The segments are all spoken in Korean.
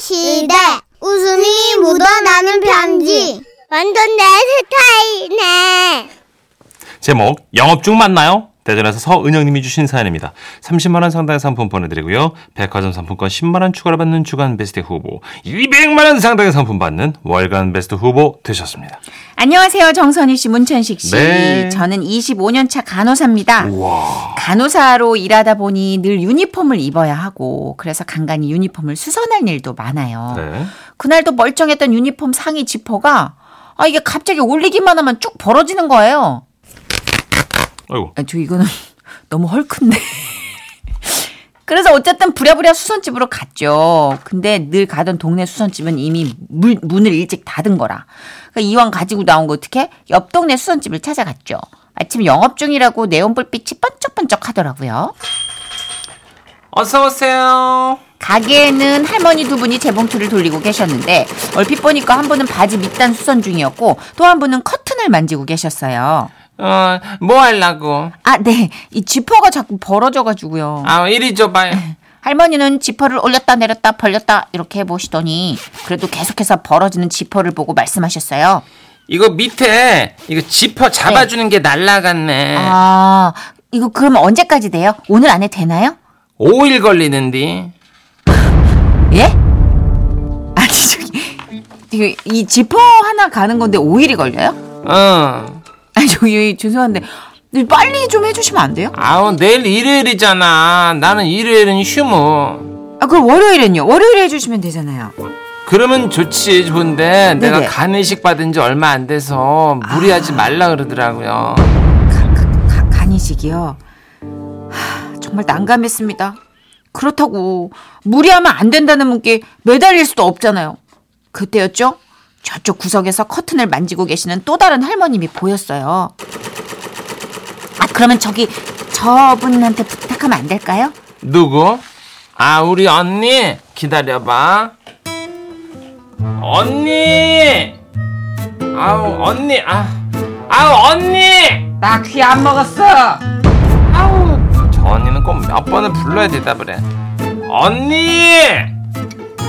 시대 웃음이 묻어나는 편지 완전 내 스타일이네 제목 영업 중 맞나요? 대전에서 서은영님이 주신 사연입니다. 30만 원 상당의 상품 보내드리고요. 백화점 상품권 10만 원 추가로 받는 주간 베스트 후보, 200만 원 상당의 상품 받는 월간 베스트 후보 되셨습니다. 안녕하세요. 정선희 씨, 문천식 씨. 네. 저는 25년 차 간호사입니다. 간호사로 일하다 보니 늘 유니폼을 입어야 하고 그래서 간간히 유니폼을 수선할 일도 많아요. 네. 그날도 멀쩡했던 유니폼 상의 지퍼가 아 이게 갑자기 올리기만 하면 쭉 벌어지는 거예요. 아이고. 아, 저 이거는 너무 헐큰데. 그래서 어쨌든 부랴부랴 수선집으로 갔죠. 근데 늘 가던 동네 수선집은 이미 물- 문을 일찍 닫은 거라. 그러니까 이왕 가지고 나온 거 어떻게? 옆 동네 수선집을 찾아갔죠. 마침 영업 중이라고 네온불빛이 번쩍번쩍 하더라고요. 어서 오세요. 가게에는 할머니 두 분이 재봉틀을 돌리고 계셨는데 얼핏 보니까 한 분은 바지 밑단 수선 중이었고 또 한 분은 커튼을 만지고 계셨어요. 어, 뭐 하려고? 아, 네. 이 지퍼가 자꾸 벌어져가지고요. 아, 이리 줘봐요. 할머니는 지퍼를 올렸다 내렸다 벌렸다 이렇게 해보시더니 그래도 계속해서 벌어지는 지퍼를 보고 말씀하셨어요. 이거 밑에, 이거 지퍼 잡아주는 게 날라갔네. 아 이거 그러면 언제까지 돼요? 오늘 안에 되나요? 5일 걸리는데. 예? 아니 저기 이거 이 지퍼 하나 가는 건데 5일이 걸려요? 어. 아니 저기 죄송한데 빨리 좀 해주시면 안 돼요? 아우, 내일 일요일이잖아. 나는 일요일은 휴무. 아 그럼 월요일은요? 월요일에 해주시면 되잖아요. 그러면 좋지, 좋은데. 내가 네네. 아. 간이식 받은 지 얼마 안 돼서 무리하지 말라 그러더라고요. 가- 간이식이요. 하, 정말 난감했습니다. 그렇다고 무리하면 안 된다는 문께 매달릴 수도 없잖아요. 그때였죠? 저쪽 구석에서 커튼을 만지고 계시는 또 다른 할머님이 보였어요. 아 그러면 저기 저분한테 부탁하면 안 될까요? 누구? 아, 우리 언니? 기다려봐. 언니! 아우, 언니, 아. 아우, 언니! 나 귀 안 먹었어. 아우 저 언니는 꼭 몇 번을 불러야 대답을 해 언니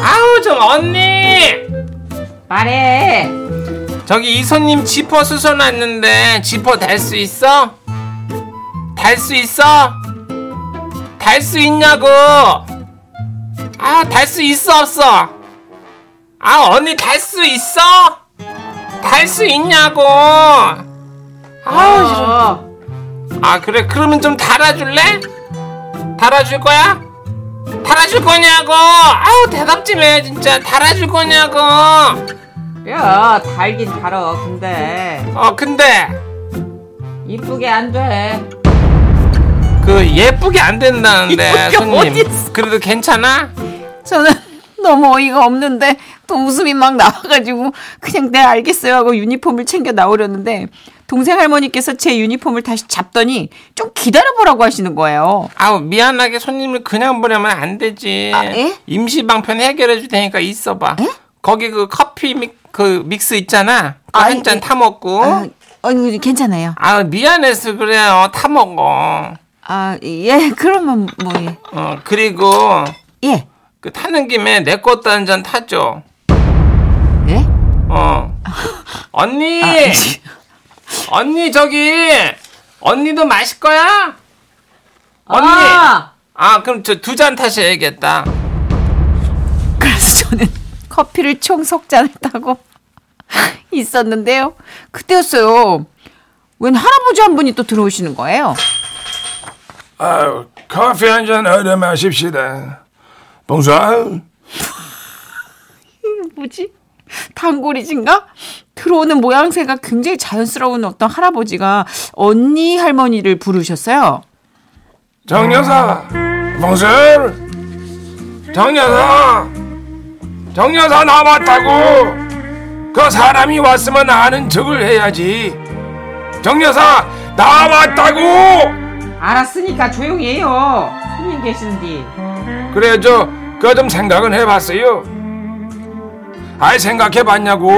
아우 좀 언니 말해. 저기 이손님 지퍼 수선 왔는데 지퍼 달 수 있어? 달 수 있어? 달 수 있냐고 아 달 수 있어 없어 아 언니 달 수 있어? 달 수 있냐고 아우 이런 아 그래 그러면 좀 달아줄래? 달아줄 거야? 달아줄 거냐고 아우 대답 좀 해 진짜 달아줄 거냐고 야 달긴 달아 근데 어 근데 이쁘게 안돼 그 예쁘게 안 된다는데 이쁘게 손님 어딨어? 그래도 괜찮아? 저는 너무 어이가 없는데 또 웃음이 막 나와가지고 그냥 네 알겠어요 하고 유니폼을 챙겨 나오려는데 동생 할머니께서 제 유니폼을 다시 잡더니 좀 기다려보라고 하시는 거예요. 아우 미안하게 손님을 그냥 보내면 안 되지 아, 예? 에? 임시방편 해결해 줄 테니까 있어봐 거기 그 커피 믹, 그 믹스 있잖아 그 아이, 한 잔 이- 타먹고 아, 어, 이거 괜찮아요. 아우 미안해서 그래요 타먹어 아, 예, 그러면 뭐, 예. 어 그리고 예. 그 타는 김에 내 것도 한 잔 타죠. 예? 어. 언니! 아, 언니, 저기! 언니도 마실 거야? 언니! 아! 아, 그럼 저 두 잔 타셔야겠다. 그래서 저는 커피를 총 석 잔을 따고 있었는데요. 그때였어요. 웬 할아버지 한 분이 또 들어오시는 거예요. 아유, 커피 한 잔 얻어 마십시다. 봉사? 뭐지? 단골이신가? 들어오는 모양새가 굉장히 자연스러운 어떤 할아버지가 언니 할머니를 부르셨어요. 정여사! 봉사! 정여사! 정여사 나왔다고! 그 사람이 왔으면 아는 척을 해야지. 정여사 나왔다고! 알았으니까 조용히 해요 손님 계시는데 그래, 저, 그거 좀 생각은 해봤어요. 아이, 생각해봤냐고.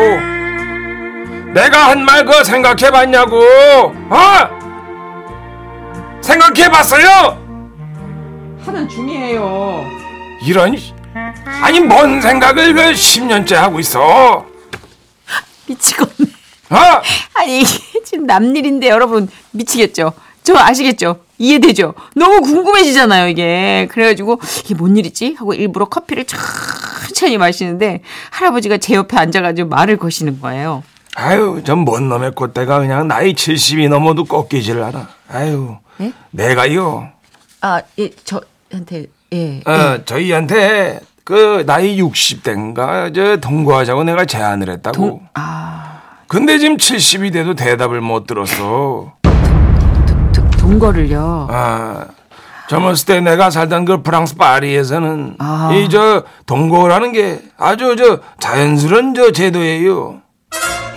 내가 한 말 그거 생각해봤냐고. 어? 생각해봤어요? 하는 중이에요 이런 씨. 아니 뭔 생각을 그 10년째 하고 있어? 미치겠네. 어? 아니 이게 지금 남일인데 여러분 미치겠죠? 저 아시겠죠? 이해되죠? 너무 궁금해지잖아요 이게 그래가지고 이게 뭔 일이지? 하고 일부러 커피를 천천히 마시는데 할아버지가 제 옆에 앉아가지고 말을 거시는 거예요 아유, 전 뭔 놈의 콧대가 그냥 나이 70이 넘어도 꺾이질 않아. 아유, 예? 내가 이요. 아 예, 저한테 예 어, 저희한테 그 나이 60대인가 저 동거하자고 내가 제안을 했다고. 아. 근데 지금 70이 돼도 대답을 못 들었어. 도- 동거를요 아, 젊었을 때 내가 살던 그 프랑스 파리에서는 아. 이 저 동거라는 게 아주 저 자연스러운 저 제도예요.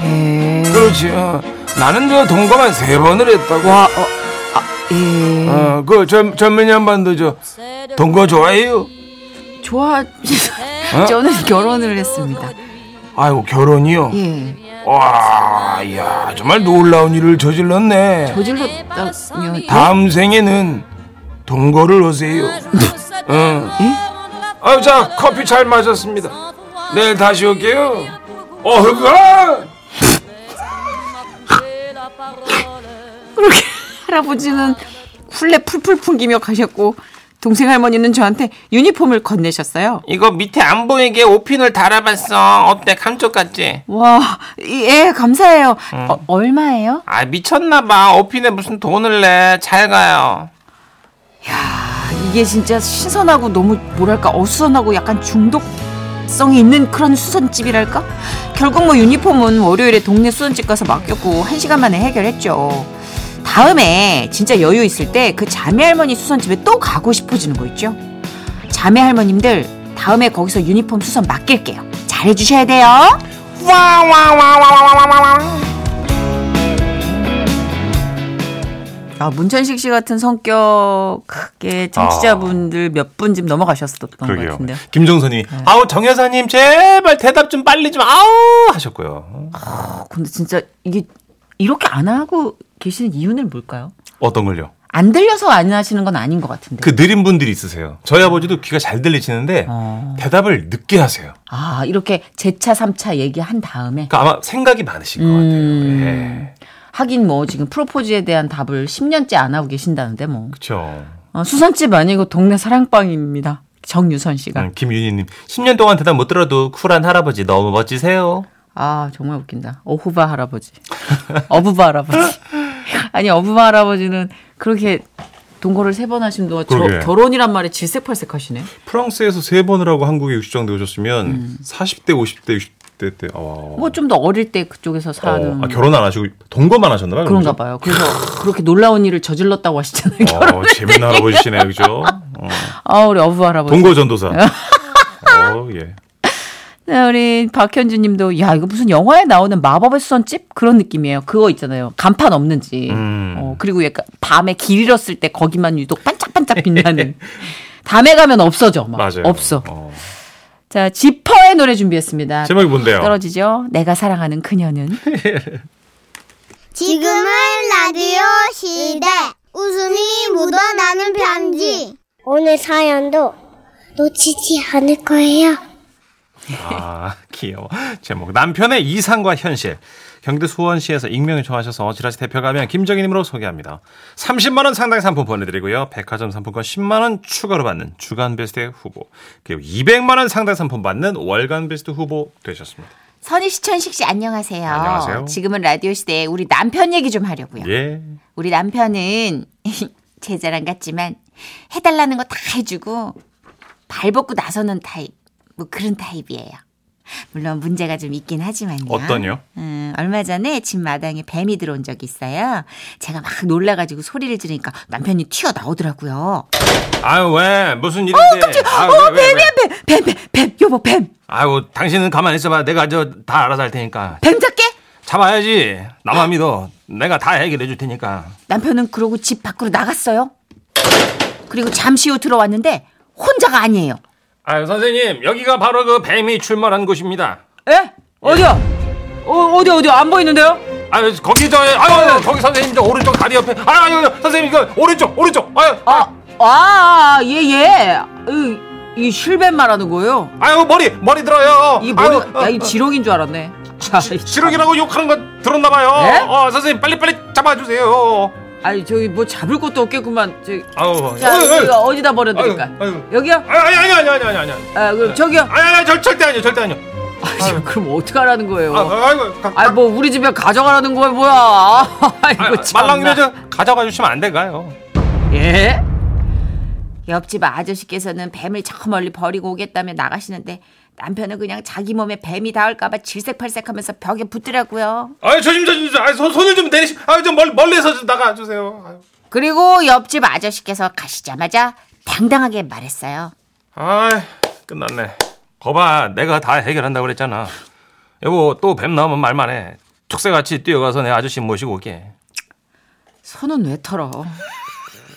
예. 그렇지. 어. 나는 저 동거만 세 번을 했다고. 와, 어, 아, 예. 어, 그, 전, 전민이 한반도 저, 동거 좋아해요? 좋아. 저는 결혼을 했습니다. 아이고, 결혼이요? 예. 와, 야 정말 놀라운 일을 저질렀네. 저질렀다면 다음 생에는 동거를 오세요. 응. 아, 네. 자, 커피 잘 마셨습니다. 네, 내일 다시 올게요. 어. 어, 어허가! 그렇게 할아버지는 훌레 풀풀 풍기며 가셨고 동생 할머니는 저한테 유니폼을 건네셨어요. 이거 밑에 안 보이게 오핀을 달아봤어. 어때? 감쪽 같지? 와, 예, 감사해요. 어, 얼마예요? 아 미쳤나봐. 오핀에 무슨 돈을 내. 잘 어, 가요. 아, 이게 진짜 신선하고 너무 뭐랄까 어수선하고 약간 중독성이 있는 그런 수선집이랄까? 결국 뭐 유니폼은 월요일에 동네 수선집 가서 맡겼고 한 시간 만에 해결했죠. 다음에 진짜 여유 있을 때 그 자매 할머니 수선집에 또 가고 싶어지는 거 있죠? 자매 할머님들 다음에 거기서 유니폼 수선 맡길게요. 잘해주셔야 돼요. 아, 문천식 씨 같은 성격의 청취자분들 몇 분 지금 넘어가셨었던 아. 그러게요. 김종선이 네. 아우 정 여사님 제발 대답 좀 빨리 좀 아우 하셨고요. 어, 근데 진짜 이게 이렇게 안 하고 계시는 이유는 뭘까요? 어떤 걸요? 안 들려서 안 하시는 건 아닌 것 같은데. 그 느린 분들이 있으세요. 저희 아버지도 귀가 잘 들리시는데 어. 대답을 늦게 하세요. 아, 이렇게 제차 3차 얘기한 다음에 그러니까 아마 생각이 많으신 음. 것 같아요. 예. 하긴 뭐 지금 프로포즈에 대한 답을 10년째 안 하고 계신다는데 뭐. 그렇죠. 어, 수선집 아니고 동네 사랑방입니다. 정유선 씨가. 음, 네. 김윤희님 10년 동안 대답 못 들어도 쿨한 할아버지 너무 멋지세요. 아, 정말 웃긴다. 어후바 할아버지. 어부바 할아버지. 아니, 어부바 할아버지는 그렇게 동거를 세 번 하신 동안 저- 그러게. 결혼이란 말에 질색팔색 하시네. 프랑스에서 세 번을 하고 한국에 60정도 오셨으면 40대, 50대, 60대 때. 어. 음. 뭐 좀 더 어릴 때 그쪽에서 사는. 아, 결혼 안 하시고 동거만 하셨나 봐요. 그런가 봐요. 그래서 그렇게 놀라운 일을 저질렀다고 하시잖아요. 그죠? 어, 재밌는 할아버지시네요. 그죠? 어. 아, 우리 어부 할아버지. 동거 전도사. 어, 예. 네, 우리 박현주 님도, 야, 이거 무슨 영화에 나오는 마법의 수선집? 그런 느낌이에요. 그거 있잖아요. 간판 없는지. 음. 어, 그리고 약간 밤에 길 잃었을 때 거기만 유독 반짝반짝 빛나는. 밤에 가면 없어져. 막. 예. 맞아요. 뭐, 없어. 어. 자, 지퍼의 노래 준비했습니다. 제목이 뭔데요? 떨어지죠? 내가 사랑하는 그녀는. 지금은 라디오 시대. 웃음이 묻어나는 편지. 오늘 사연도 놓치지 않을 거예요. 아, 귀여워. 제목. 남편의 이상과 현실. 경기도 수원시에서 익명 요청하셔서 지라시 대표 가면 김정희님으로 소개합니다. 30만원 상당의 상품 보내드리고요. 백화점 상품권 10만원 추가로 받는 주간 베스트 후보. 그리고 200만원 상당 상품 받는 월간 베스트 후보 되셨습니다. 선희 씨, 천식 씨, 안녕하세요. 안녕하세요. 지금은 라디오 시대에 우리 남편 얘기 좀 하려고요. 예. 우리 남편은 제자랑 같지만 해달라는 거 다 해주고 발벗고 나서는 타입 뭐 그런 타입이에요. 물론 문제가 좀 있긴 하지만요. 어떠냐? 음, 얼마 전에 집 마당에 뱀이 들어온 적이 있어요. 제가 막 놀라가지고 소리를 지르니까 남편이 튀어나오더라고요. 아유, 왜? 어, 무슨 일인데? 아유, 왜, 왜, 왜? 뱀, 뱀, 뱀, 뱀, 여보, 뱀, 아유, 당신은 가만히 있어봐. 내가 저 다 알아서 할 테니까. 뱀 잡게? 잡아야지. 나만 믿어. 내가 다 해결해 줄 테니까. 남편은 그러고 집 밖으로 나갔어요. 그리고 잠시 후 들어왔는데 혼자가 아니에요. 아유, 선생님. 여기가 바로 그 뱀이 출몰한 곳입니다. 에? 예? 어디야? 어, 어디 어디 안 보이는데요? 아유 거기 저 아유 거기 선생님 저 오른쪽 다리 옆에 아. 아유 아유, 선생님 이거 오른쪽 오른쪽 아유 아, 아, 예, 예. 으, 이 실벤 말하는 거예요? 아유 머리 머리 들어요. 이 머리, 아유, 야, 이 지렁인 줄 알았네. 자, 이 참. 지렁이라고 욕하는 거 들었나 봐요. 네? 어, 선생님 빨리 빨리 잡아주세요. 아니, 저기 뭐 잡을 것도 없겠구만. 저 아우. 자, 어이, 어이. 이거 어디다 버려드릴까? 아유, 아유. 여기요? 아, 아니 아니 아니 아니 아니 아니 아, 그럼 저기요? 아니 아니 절 절대 아니요 절대 아니요. 아, 지금 그럼 어떡하라는 거예요? 아, 아이고 가, 아, 뭐 우리 집에 가져가라는 거야, 뭐야. 아, 아이고, 뭐 참나. 말랑이네 저 가져가 주시면 안 될까요? 예? 옆집 아저씨께서는 뱀을 저 멀리 버리고 오겠다며 나가시는데 남편은 그냥 자기 몸에 뱀이 닿을까봐 질색팔색하면서 벽에 붙더라고요. 아유 조심 조심 조심. 아유 손 손을 좀 내리시. 아유 좀 멀, 멀리서 좀 나가 주세요. 아유. 그리고 옆집 아저씨께서 가시자마자 당당하게 말했어요. 아이 끝났네. 거봐 내가 다 해결한다고 그랬잖아. 여보 또 뱀 나오면 말만 해. 촉새같이 뛰어가서 내 아저씨 모시고 올게. 손은 왜 털어?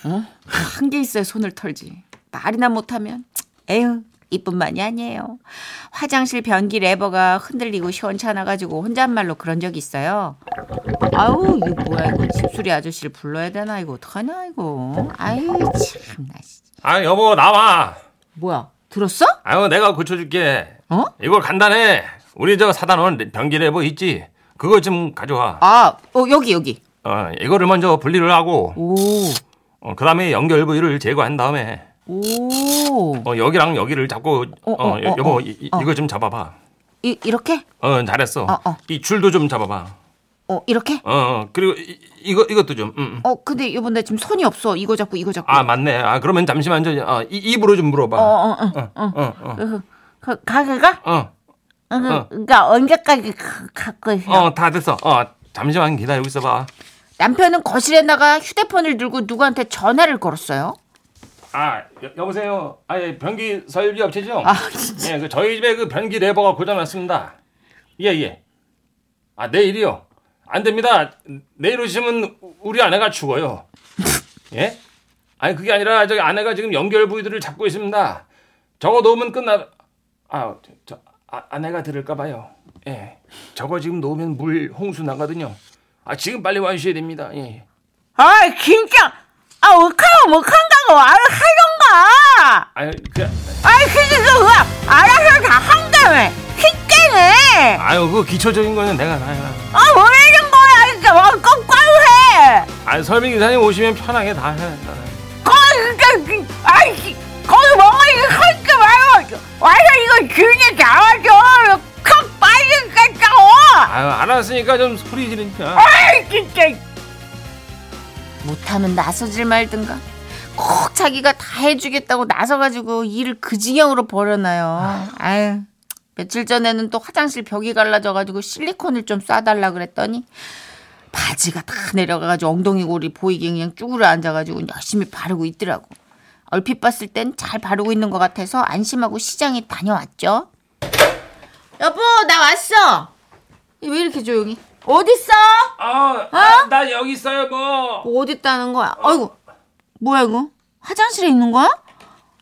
어? 한 개 있어야 손을 털지. 말이나 못하면 에휴 이뿐만이 아니에요. 화장실 변기 레버가 흔들리고 시원찮아가지고 혼잣말로 그런 적이 있어요. 아우 이거 뭐야 이거 집수리 아저씨를 불러야 되나 이거 어떡하냐 이거. 아유 참나 진짜. 아 여보 나와. 뭐야 들었어? 아유 내가 고쳐줄게. 어? 이거 간단해. 우리 저 사다 놓은 변기래 뭐 있지? 그거 좀 가져와. 아 어, 여기 여기. 어, 이거를 먼저 분리를 하고 오. 어, 그다음에 연결 부위를 제거한 다음에 오. 어, 여기랑 여기를 잡고 어, 어, 어, 어, 여보 어. 이, 이- 어. 이거 좀 잡아봐. 이, 이렇게? 어 잘했어. 어, 어. 이 줄도 좀 잡아봐. 어 이렇게? 어, 어 그리고 이, 이거 이것도 좀. 음, 음. 어 근데 여보 나 지금 손이 없어 이거 잡고 이거 잡고. 아 맞네. 아 그러면 잠시만 저 어, 이, 입으로 좀 물어봐. 어 어, 어, 어, 어, 어. 어, 어, 그, 그 가게가? 어, 어, 그, 어. 그러니까 언제까지 그- 갖고 있어? 다 됐어. 어, 잠시만 기다리고 있어봐. 남편은 거실에 나가 휴대폰을 들고 누구한테 전화를 걸었어요. 아 여, 여보세요. 아 예, 변기 설비 업체죠? 아 진짜. 예, 그 저희 집에 그 변기 레버가 고장났습니다. 예, 예. 아, 내일이요? 안 됩니다. 내일 오시면 우리 아내가 죽어요. 예? 아니, 그게 아니라 저기 아내가 지금 연결 부위들을 잡고 있습니다. 저거 놓으면 끝나... 아, 저, 저 아, 아내가 들을까 봐요. 예. 저거 지금 놓으면 물 홍수 나거든요. 아, 지금 빨리 와주셔야 됩니다. 예, 예. 아 진짜. 아 못하고 못한다고 알 하던가. 아유, 그, 아이 근데 그거 알아서 다 한다며. 진짜네. 아유, 그 기초적인 거는 내가 나야. 아 모르는 거야 진짜. 와 똑바로 해. 아, 설비 기사님 오시면 편하게 다 해. 거 진짜 아이 거기 뭔가 이거 할지 말고 와서 이거 주인에 잡아줘. 그 컵 빠지겠다고. 아유, 알았으니까 좀 소리 지르니까. 아. 못하면 나서질 말든가 꼭 자기가 다 해주겠다고 나서가지고 일을 그 지경으로 벌여놔요 아유 며칠 전에는 또 화장실 벽이 갈라져가지고 실리콘을 좀 쏴달라 그랬더니 바지가 다 내려가가지고 엉덩이 골이 보이게 그냥 쭈그려 앉아가지고 열심히 바르고 있더라고 얼핏 봤을 땐 잘 바르고 있는 것 같아서 안심하고 시장에 다녀왔죠 여보 나 왔어 왜 이렇게 조용히 어딨어? 아, 아, 나 여기 있어요, 뭐. 어디 있다는 거야? 아이고, 뭐야 이거? 화장실에 있는 거야?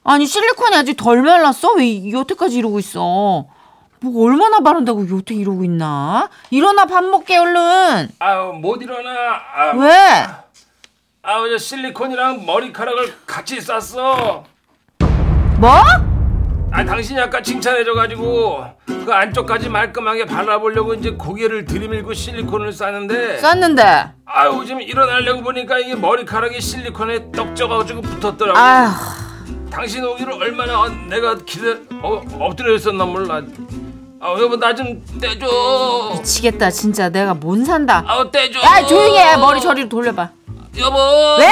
아니 실리콘이 아직 덜 말랐어? 왜 이- 여태까지 이러고 있어? 뭐 얼마나 바른다고 여태 이러고 있나? 일어나 밥 먹게 얼른. 아유, 못 일어나. 아, 왜? 아우, 저 실리콘이랑 머리카락을 같이 쌌어. 뭐? 아, 당신이 아까 칭찬해줘가지고 그 안쪽까지 말끔하게 발라보려고 이제 고개를 들이밀고 실리콘을 쌌는데 쌌는데. 아유, 지금 일어나려고 보니까 이게 머리카락이 실리콘에 떡져가지고 붙었더라고. 아휴, 당신 오기를 얼마나 어, 내가 기대 어, 엎드려 있었나 몰라. 아, 여보 나 좀 떼줘. 미치겠다 진짜 내가 못 산다. 아우 떼줘. 야 조용히 해 머리 저리로 돌려봐. 여보. 왜?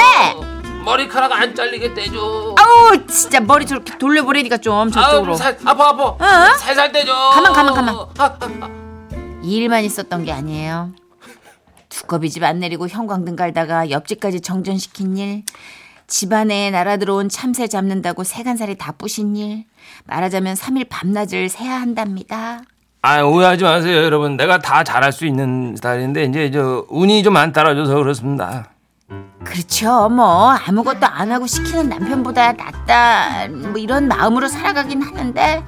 머리카락 안 잘리게 떼줘. 아우 진짜 머리 저렇게 돌려버리니까 좀 저쪽으로. 아우, 살, 아파 아파. 응? 살살 떼줘. 어, 가만, 가만, 가만. 아, 아, 아. 이 일만 있었던 게 아니에요. 두꺼비 집 안 내리고 형광등 갈다가 옆집까지 정전시킨 일, 집안에 날아 들어온 참새 잡는다고 세간살이 다 부신 일, 말하자면 3일 밤낮을 새야 한답니다. 아, 오해하지 마세요 여러분. 내가 다 잘할 수 있는 스타일인데 이제 저 운이 좀 안 따라줘서 그렇습니다. 그렇죠. 뭐 아무것도 안 하고 시키는 남편보다 낫다. 뭐 이런 마음으로 살아가긴 하는데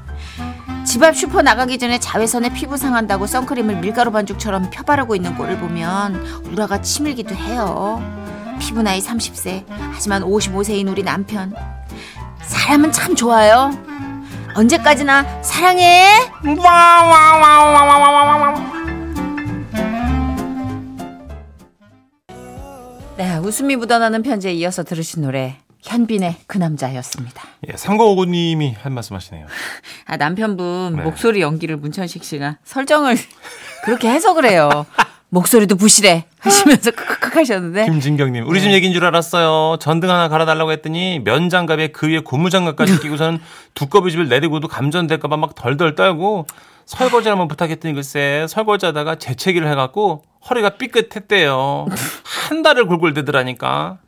집 앞 슈퍼 나가기 전에 자외선에 피부 상한다고 선크림을 밀가루 반죽처럼 펴바르고 있는 꼴을 보면 우라가 치밀기도 해요. 피부 나이 30세. 하지만 55세인 우리 남편. 사람은 참 좋아요. 언제까지나 사랑해. 네, 웃음이 묻어나는 편지에 이어서 들으신 노래 현빈의 그 남자였습니다. 예, 3959님이 한 말씀 하시네요. 아, 남편분 네. 목소리 연기를 문천식 씨가 설정을 그렇게 해석을 해요. 목소리도 부실해 하시면서 크크크 하셨는데 김진경님, 우리 집 얘기인 줄 알았어요. 전등 하나 갈아달라고 했더니 면장갑에 그 위에 고무장갑까지 끼고서는 두꺼비 집을 내리고도 감전될까봐 막 덜덜 떨고 설거지를 한번 부탁했더니 글쎄 설거지하다가 재채기를 해갖고 허리가 삐끗했대요. 한 달을 골골대더라니까.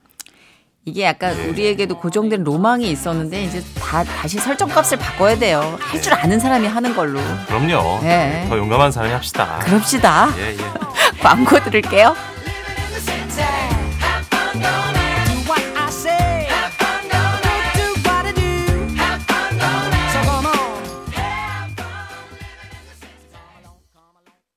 이게 약간 네. 우리에게도 고정된 로망이 있었는데 이제 다 다시 설정값을 바꿔야 돼요. 할 줄 아는 사람이 하는 걸로. 그럼요. 네. 더 용감한 사람이 합시다. 그럽시다. 예, 예. 광고 들을게요. Living in the city.